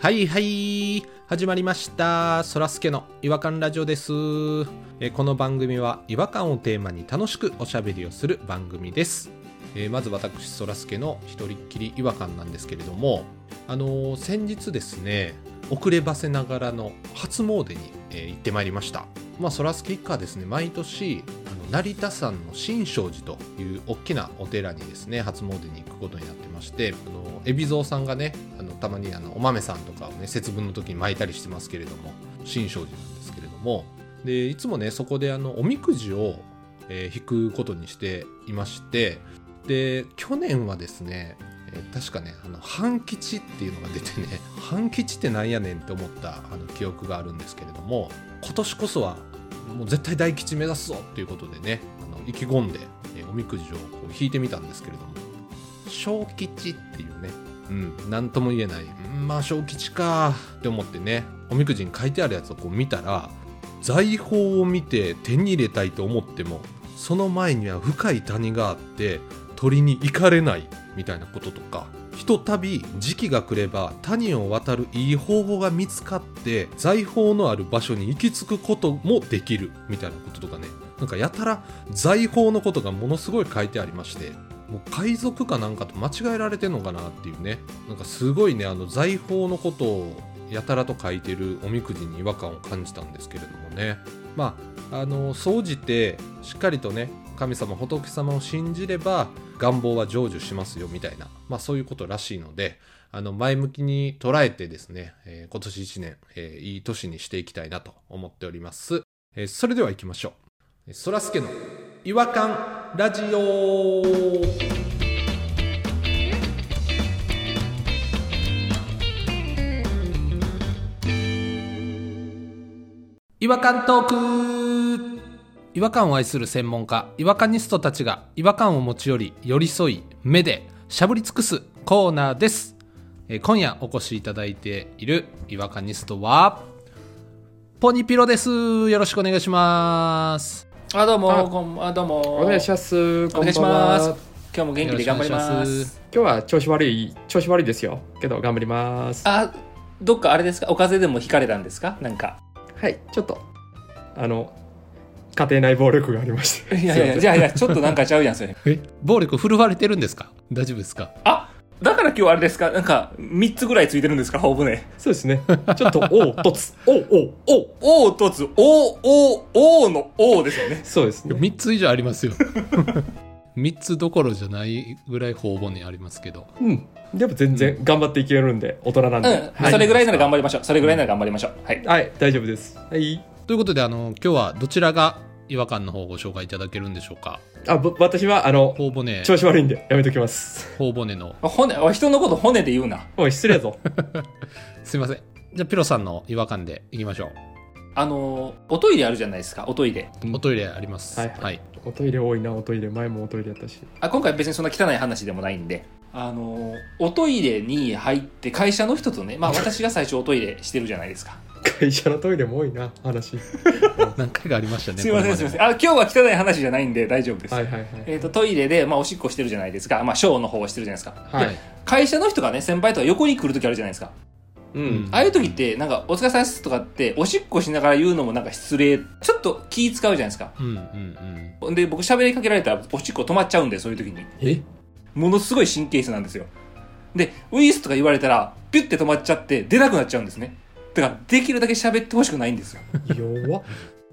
はいはい始まりましたそらすけの違和感ラジオですえーこの番組は違和感をテーマに楽しくおしゃべりをする番組ですえーまず私そらすけの一人っきり違和感なんですけれどもあのー先日ですね遅ればせながらの初詣に、えー行ってまいりましたまあそらすけ一家はですね毎年あの成田山の新勝寺という大きなお寺にですね初詣に行くことになってましてあの海老蔵さんがねあのたまにあのお豆さんとかをね節分の時に巻いたりしてますけれども新勝寺なんですけれどもでいつもねそこであのおみくじを、えー引くことにしていましてで去年はですねえー確かねあの半吉っていうのが出てね 半吉ってなんやねんって思ったあの記憶があるんですけれども今年こそはもう絶対大吉目指すぞっていうことでねあの意気込んで、えーおみくじをこう引いてみたんですけれども小吉っていうねうん何とも言えないうんまあ小吉かって思ってねおみくじに書いてあるやつをこう見たら財宝を見て手に入れたいと思ってもその前には深い谷があって鳥に行かれないみたいなこととかひとたび時期が来れば谷を渡るいい方法が見つかって財宝のある場所に行き着くこともできるみたいなこととかねなんかやたら財宝のことがものすごい書いてありましてもう海賊かなんかと間違えられてんのかなっていうねなんかすごいねあの財宝のことをやたらと書いてるおみくじに違和感を感じたんですけれどもねまああの総じてしっかりとね神様仏様を信じれば願望は成就しますよみたいな、まあ、そういうことらしいのであの前向きに捉えてですね、えー今年1年、えーいい年にしていきたいなと思っております、えーそれでは行きましょうえーそらすけの違和感ラジオ違和感トーク違和感を愛する専門家違和感ニストたちが違和感を持ち寄り寄り添い目でしゃぶり尽くすコーナーです、えー今夜お越しいただいている違和感ニストはポニピロですよろしくお願いしますあどうあもこんあどうもお願いしまます。こおんばんは願いします今日も元気で頑張りまよろしくお願いしますす今日は調子悪い、調子悪いですよ。けど頑張ります。あどっかあれですかお風邪でもひかれたんですかなんかはい、ちょっとあの家庭内暴力がありましいて。やいやいやいやちょっとなんかちゃうやんそれえ暴力振るわれてるんですか大丈夫ですか あだから今日あれですかなんか3つぐらいついてるんですかほぼねそうですね。ちょっとおうとつ、おうおうおう。おおとつおおおのおですよねそうですね。 3つ以上ありますよ 3つどころじゃないぐらい方々にありますけどうん。でも全然頑張っていけるんで、大人なんうで。ん、はい、それぐらいなら頑張りましょうそれぐらいなら頑張りましょうはいはい、大丈夫です。はい。ということであの今日はどちらが違和感の方をご紹介いただけるんでしょうかあ、ぼ私はあの頬骨調子悪いんでやめときます。頬骨の骨お人のこと骨で言うなおい失礼 やぞ。すいませんじゃあピロさんの違和感でいきましょあのーおトイレあるじゃないですかおトイレう、うんおトイレありますはいおトイレ多いな、おトイレ前もおトイレやったし。あ今回別にそんな汚い話でもないんであのおトイレに入って会社の人と ね、まあ、私が最初おトイレしてるじゃないですか会社のトイレも多いな話。何回かありましたね すいませんこすれいまでせんあ今日は汚い話じゃないんで 大丈夫です、はいはいはい。えー、とトイレで、まあ、おしっこしてるじゃないですか、まあ、ショーの方をしてるじゃないですかはい。会社の人がね先輩とか横に来る時あるじゃないですかううんん。ああいう時ってなんか「お疲れ様です」とかっておしっこしながら言うのもなんか失礼ちょっと気使うじゃないですかうんうんで僕喋りかけられたらおしっこ止まっちゃうんでそういう時にえものすごい神経質なんですよでウイースとか言われたらピュッて止まっちゃって出なくなっちゃうんですねだからできるだけ喋ってほしくないんですよ弱っ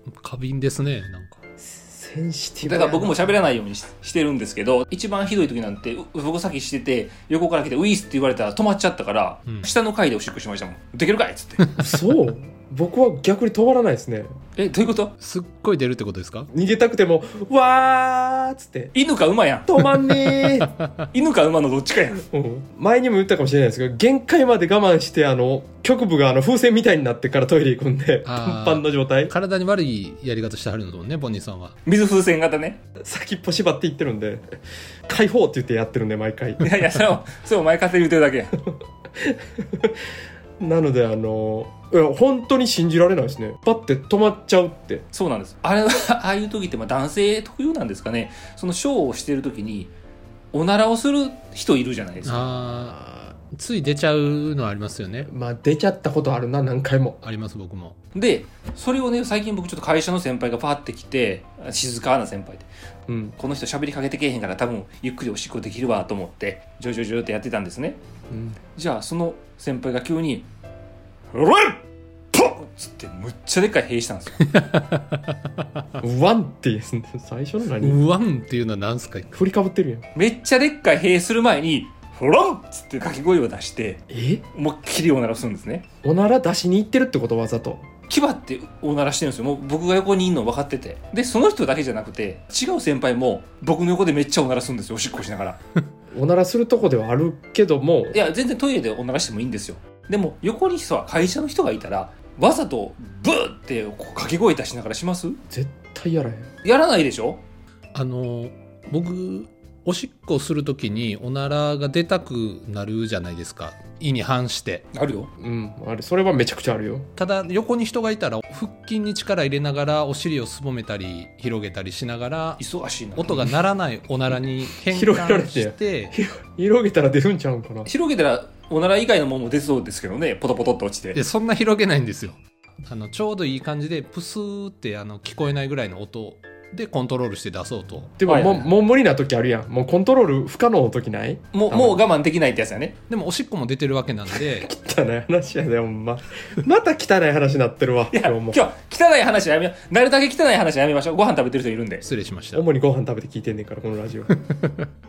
うん過敏ですねなんかセンシティブだから僕もし喋らないようにししてるんですけど一番ひどい時なんてう僕さっきしてて横から来てウイースって言われたら止まっちゃったから、うん下の階でおしっこしましたもんできるかいっつってそう僕は逆に止まらないですねえどういうことすっごい出るってことですか逃げたくても「わー」っつって犬か馬やん「止まんねー犬か馬のどっちかやん」うん前にも言ったかもしれないですけど限界まで我慢してあの局部があの風船みたいになってからトイレ行くんであーパンパンの状態体に悪いやり方してはるのもんねボニーさんは水風船型ね先っぽ縛っていってるんで「解放」って言ってやってるんで毎回いやいやそれをそれを前勝手に言ってるだけやんなのであのいや本当に信じられないですねパッて止まっちゃうってそうなんです。あれは ああいう時ってまあ男性特有なんですかね。そのショーをしてる時におならをする人いるじゃないですか。ああつい出ちゃうのはありますよねまあ出ちゃったことあるな何回もあります僕もでそれをね最近僕ちょっと会社の先輩がパーって来て静かな先輩でうんこの人喋りかけてけえへんから多分ゆっくりおしっこできるわと思ってジョジョジョってやってたんですねうんじゃあその先輩が急に「ロレンポッ!」っつってむっちゃでっかい兵したんですよワンって言うんだよ最初の何うわんっていうのは何すか振りかぶってるやんめっちゃでっかい兵する前に「フロン!」っつって掛け声を出してえ思いっきりおならするんですねおなら出しに行ってるってことわざと牙っておならしてるんですよもう僕が横にいるの分かっててでその人だけじゃなくて違う先輩も僕の横でめっちゃおならするんですよおしっこしながらおならするとこではあるけどもいや全然トイレでおならしてもいいんですよでも横にさ会社の人がいたらわざとブーってこう掛け声出しながらします絶対やらへんやらないでしょあの僕おしっこするときにおならが出たくなるじゃないですか意に反してあるようんあれそれはめちゃくちゃあるよただ横に人がいたら腹筋に力入れながらお尻をすぼめたり広げたりしながら忙しいな音が鳴らないおならに変広げられ換てして広げたら出るんちゃうんかな広げたらおなら以外のもんも出そうですけどねポトポトっと落ちいてやそんな広げないんですよあのちょうどいい感じでプスーってあの聞こえないぐらいの音でコントロールして出そうとでも、はいはいもうもう無理な時あるやんもうコントロール不可能の時ないもう多分もう我慢できないってやつやねでもおしっこも出てるわけなん で汚い話やで ほんままた汚い話になってるわいや今日今も日汚い話はやめようなるだけ汚い話はやめましょうご飯食べてる人いるんで失礼しました主にご飯食べて聞いてんねんからこのラ ジオ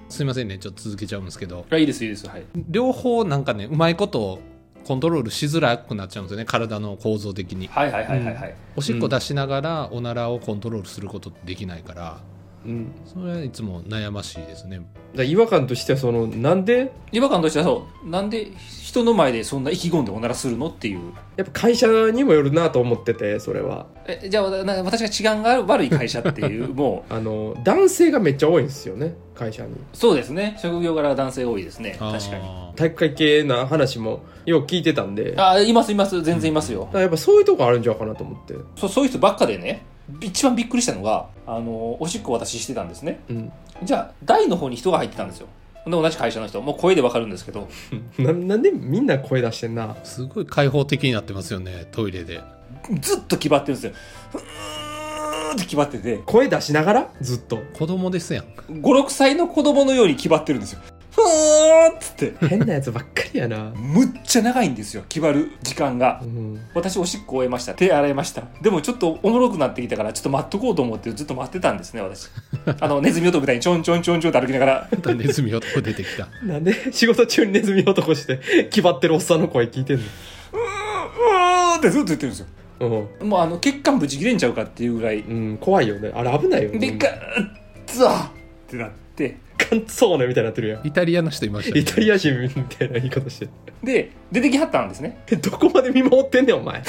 すいませんねちょっと続けちゃうんですけどあいいですいいですはい両方なんかねうまいことコントロールしづらくなっちゃうんですよね体の構造的にはいはいはいはいはい、おしっこ出しながらおならをコントロールすることってできないからうんそれはいつも悩ましいですねだ違和感としてはそのなんで違和感としてはそうなんで人の前でそんな意気込んでおならするのっていうやっぱ会社にもよるなと思っててそれはえじゃあわな私が治安が悪い会社っていう もあの男性がめっちゃ多いんですよね会社にうそうですね職業柄男性多いですねあー確かに体育会系な話もよう聞いてたんでだかあいますいます全然いますよ、らやっぱそういうとこあるんちゃうかなと思ってそそういう人ばっかでね一番びっくりしたのがあのおしっこ私してたんですねうんじゃあ台の方に人が入ってたんですよで同じ会社の人もう声でわかるんですけどななんでみんな声出してんなすごい開放的になってますよねトイレでずっと気張ってるんですよふーんって気張ってて声出しながらずっと子供ですやん 56歳の子供のように気張ってるんですよふーんっつって変なやつばっかりやなむっちゃ長いんですよ気張る時間がうん私おしっこ終えました手洗いましたでもちょっとおもろくなってきたからちょっと待っとこうと思ってずっと待ってたんですね私あのネズミ男みたいにちょんちょんちょんちょんって歩きながらまたネズミ男出てきたなんで仕事中にネズミ男して気張ってるおっさんの声聞いてんうーんってずっと言ってるんですよのもうあの血管ぶち切れんちゃうかっていうぐらいうん、うん、怖いよねあれ危ないよねでガーッツァってなってかんそうねみたいになってるやんイタリアの人いましたねイタリア人みたいな言い方してで出てきはったんですねえどこまで見守ってんねんお前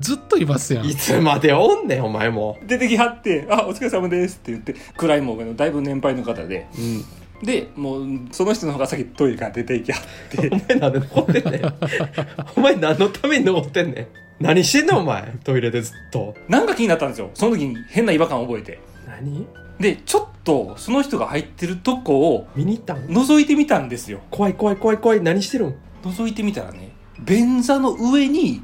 ずっといますやんいつまでおんねんお前も出てきはって「あお疲れ様です」って言って暗いもうだいぶ年配の方でうんでもうその人の方が先トイレから出ていきはってお前なんで残ってんねんお前何のために残ってんねん何してんのお前トイレでずっとなんか気になったんですよその時に変な違和感を覚えて何でちょっとその人が入ってるとこを見に行ったん覗いてみたんですよ怖い怖い怖い怖い何してるん覗いてみたらね便座の上に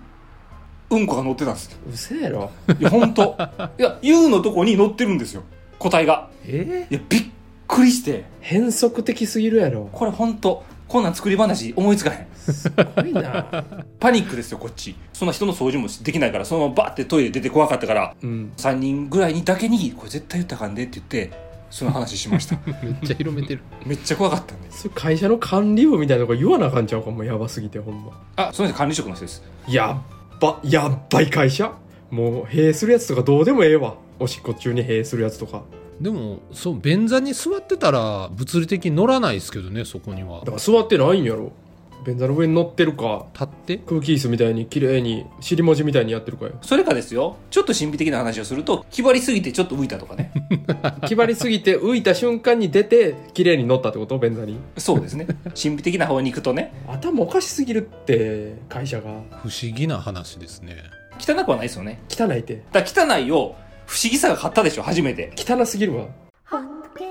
うんこが乗ってたんですようせやろいや本当いや U のとこに乗ってるんですよ個体がえいやびっくりして変則的すぎるやろこれ本当こんなん作り話思いつかへんすごいなパニックですよこっちそんな人の掃除もできないからそのままバーってトイレ出て怖かったからうん3人ぐらいにだけにこれ絶対言ったらあかんでって言ってその話しましたーめっちゃ広めてるめっちゃ怖かったんですそれ会社の管理部みたいなとこ言わなあかんちゃうかもうやばすぎてほんまあその人管理職の人ですやっばやっばい会社もう閉するやつとかどうでもええわおしっこ中に閉するやつとかでもそう便座に座ってたら物理的に乗らないですけどねそこにはだから座ってないんやろ便座の上に乗ってるか立って空気椅子みたいに綺麗に尻文字みたいにやってるかよそれかですよちょっと神秘的な話をすると気張りすぎてちょっと浮いたとか ね気張りすぎて浮いた瞬間に出て綺麗に乗ったってこと便座にそうですね神秘的な方に行くとね頭おかしすぎるって会社が不思議な話ですね汚くはないですよね汚いってだから汚いを不思議さが買ったでしょ初めて汚すぎるわ Hunky,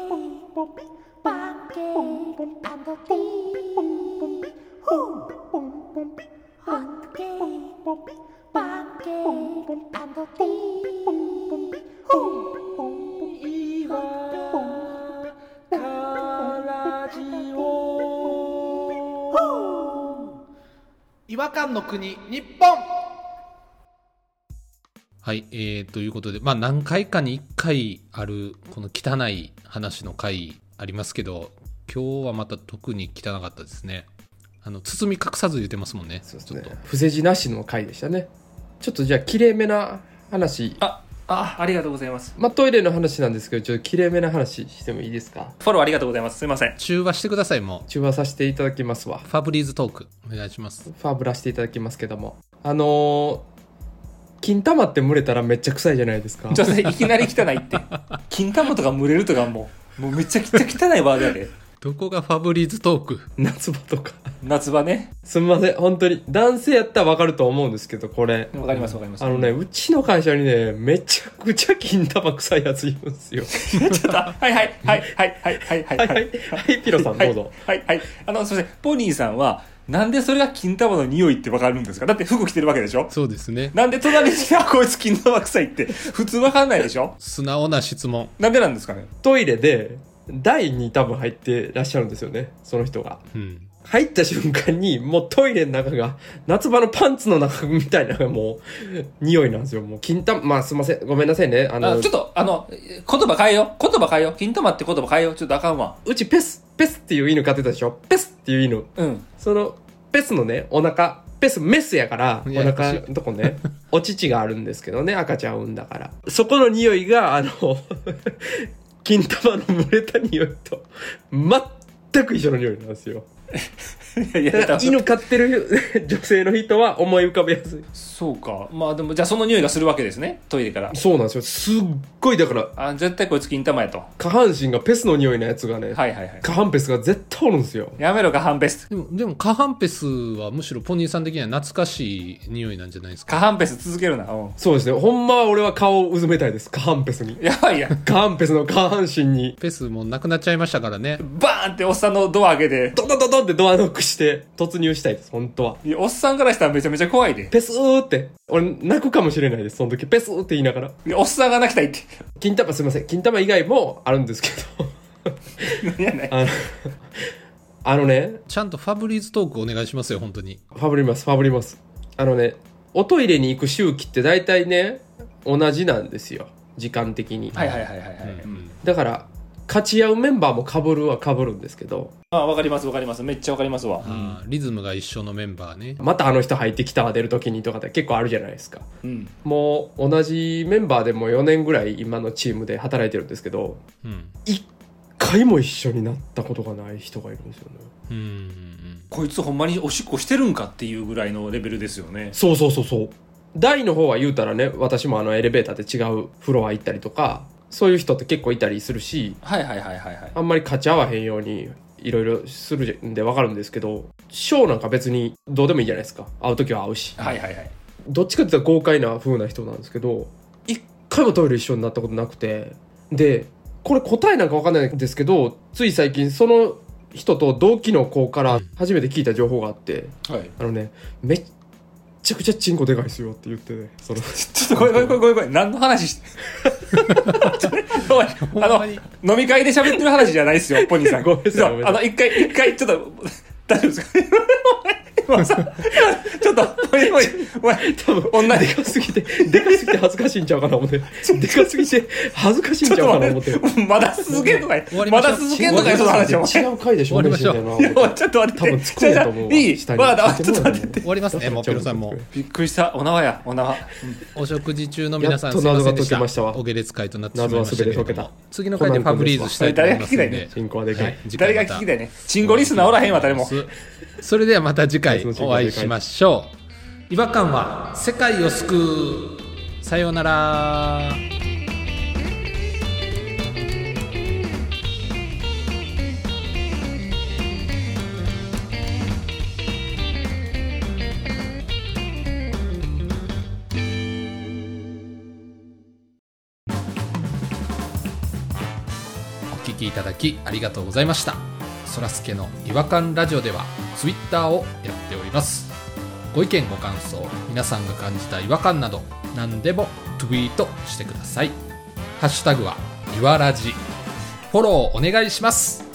Bunky, and the Thief. Pancake 違和感の国日本はい、えー、ということで、まあ、何回かに1回あるこの汚い話の回ありますけど今日はまた特に汚かったですねあの包み隠さず言ってますもんねそうですちょっね。伏せ字なしの回でしたね。ちょっとじゃあ、きれいめな話。ああありがとうございますまあ、トイレの話なんですけど、ちょっときれいめな話してもいいですかフォローありがとうございますすいませんと中和してくださいも中和させていただきますわう。ファブリーズトークお願いしますファブらしていただきますけども。あのー、金玉って蒸れたらめっ ちゃ臭いじゃないですか。ちょっといきなり汚い って金玉とか蒸れるとかもうもうめちゃくちゃ汚いワードやでどこがファブリーズトーク夏場とか。夏場ねすみません、本当に。男性やったらわかると思うんですけど、これ。わかりますわかりますあのね、うちの会社にね、めちゃくちゃ金玉臭いやついるんですよ。 ちょっとはいはいはいはいはいはいははいいははいい。はい、ピロさんどうぞ。はいはいあのすいませんポニーさんはなんでそれが金玉の匂いってわかるんですかだって服着てるわけでしょそうですねなんで隣に来たこいつ金玉臭いって普通わかんないでしょ素直な質問なんでなんですかねトイレで、台に多分入ってらっしゃるんですよね、その人が。うん入った瞬間に、もうトイレの中が、夏場のパンツの中みたいな、もう、匂いなんですよ。もう、金玉、まあすいません、ごめんなさいね。あの、あちょっとあの言葉変えよう言葉変えよう金玉って言葉変えようちょっとあかんわうちペス、ペスっていう犬飼ってたでしょペスっていう犬。うんそのペスのねお腹ペスメスやからおややこし腹いのとこねお乳があるんですけどね赤ちゃんを産んだからそこの匂いがあの 金玉の蒸れた匂いと全く一緒の匂いなんですよいやいだやからだ犬飼ってる 女性の人は思い浮かべやすいそうかまあでもじゃあその匂いがするわけですねトイレからそうなんですよすっごいだからあ絶対こいつ金玉やとは下半身がペスの匂いのやつがね、いはいはい下半ペスが絶対おるんですよやめろかハンペスでもでもカハンペスはむしろポニーさん的には懐かしい匂いなんじゃないですかカハンペス続けるなうんそうですねほんまは俺は顔をうずめたいです下半ペスにやばいやん下半ペスの下半身にペスもうなくなっちゃいましたからねバーンっておっさんのドア開けてドンドンドンドンってドアノックして突入したいです、本当は。いやおっさんからしたらめちゃめちゃ怖いでペスーって。俺、泣くかもしれないです、その時。ペスーって言いながら。いやおっさんが泣きたいって金玉、すいません。金玉以外もあるんですけど。 何やねんあの、あのね、ちゃんとファブリーズトークお願いしますよ本当にファブります、ファブります。あのね、おトイレに行く周期って大体ね、同じなんですよ。時間的に。はいはいはいはいはい、うんだから、勝ち合うメンバーも被るは被るんですけど、あわかりますわかりますめっちゃわかりますわあーリズムが一緒のメンバーねまたあの人入ってきた出る時にとかって結構あるじゃないですか。うんもう同じメンバーでも4年ぐらい今のチームで働いてるんですけどうん一回も一緒になったことがない人がいるんですよねうんうんうんこいつほんまにおしっこしてるんかっていうぐらいのレベルですよねそうそうそうそう大の方は言うたらね私もあのエレベーターで違うフロア行ったりとかそういう人って結構いたりするしはいはいはいはいはいあんまり勝ち合わへんようにいろいろするんで分かるんですけどショーなんか別にどうでもいいじゃないですか会う時は会うしはいはいはいどっちかって言ったら豪快な風な人なんですけど一回もトイレ一緒になったことなくてでこれ答えなんかわかんないんですけどつい最近その人と同期の子から初めて聞いた情報があってはいあのねめっちゃくちゃチンコでかいですよって言ってねそのちょっとごめんごめんごめんごめんごめん何の話 しておいあほんまにの飲み会で喋ってる話じゃないですよポニーさんごめんなさいそうごめんなあさの一回一回ちょっと大丈夫ですか 今さちょっとおいおいおい多分女でかすぎてでかすぎて恥ずかしいんちゃうかな思ってでかすぎて恥ずかしいんちょっちゃうとかな思っ待てってまだ続けんのかい終わりまましょうだ続けんのかいその話はお前違う回でしょ終わりましょうみたいないやおいちょっと待って多分突っ込んだと思うわいい下にわかったちょっと待って終わりますねもうピロさんもびっくりしたお縄やお縄お食事中の皆さんやっと謎が解けましたわすいせんでお下劣会となってしまいましたけれども謎は全て解け次の回でファブリーズしたいと思いますん誰が聞でき進行はでかい、はい誰が聞きたいねチンゴリスナーおらへんわ誰もそれではまた次回お会いしましょう違和感は世界を救うさようならお聞きいただきありがとうございましたそらすけの違和感ラジオではツイッターをやっておりますご意見ご感想皆さんが感じた違和感など何でもツイートしてくださいハッシュタグはイワラジフォローお願いします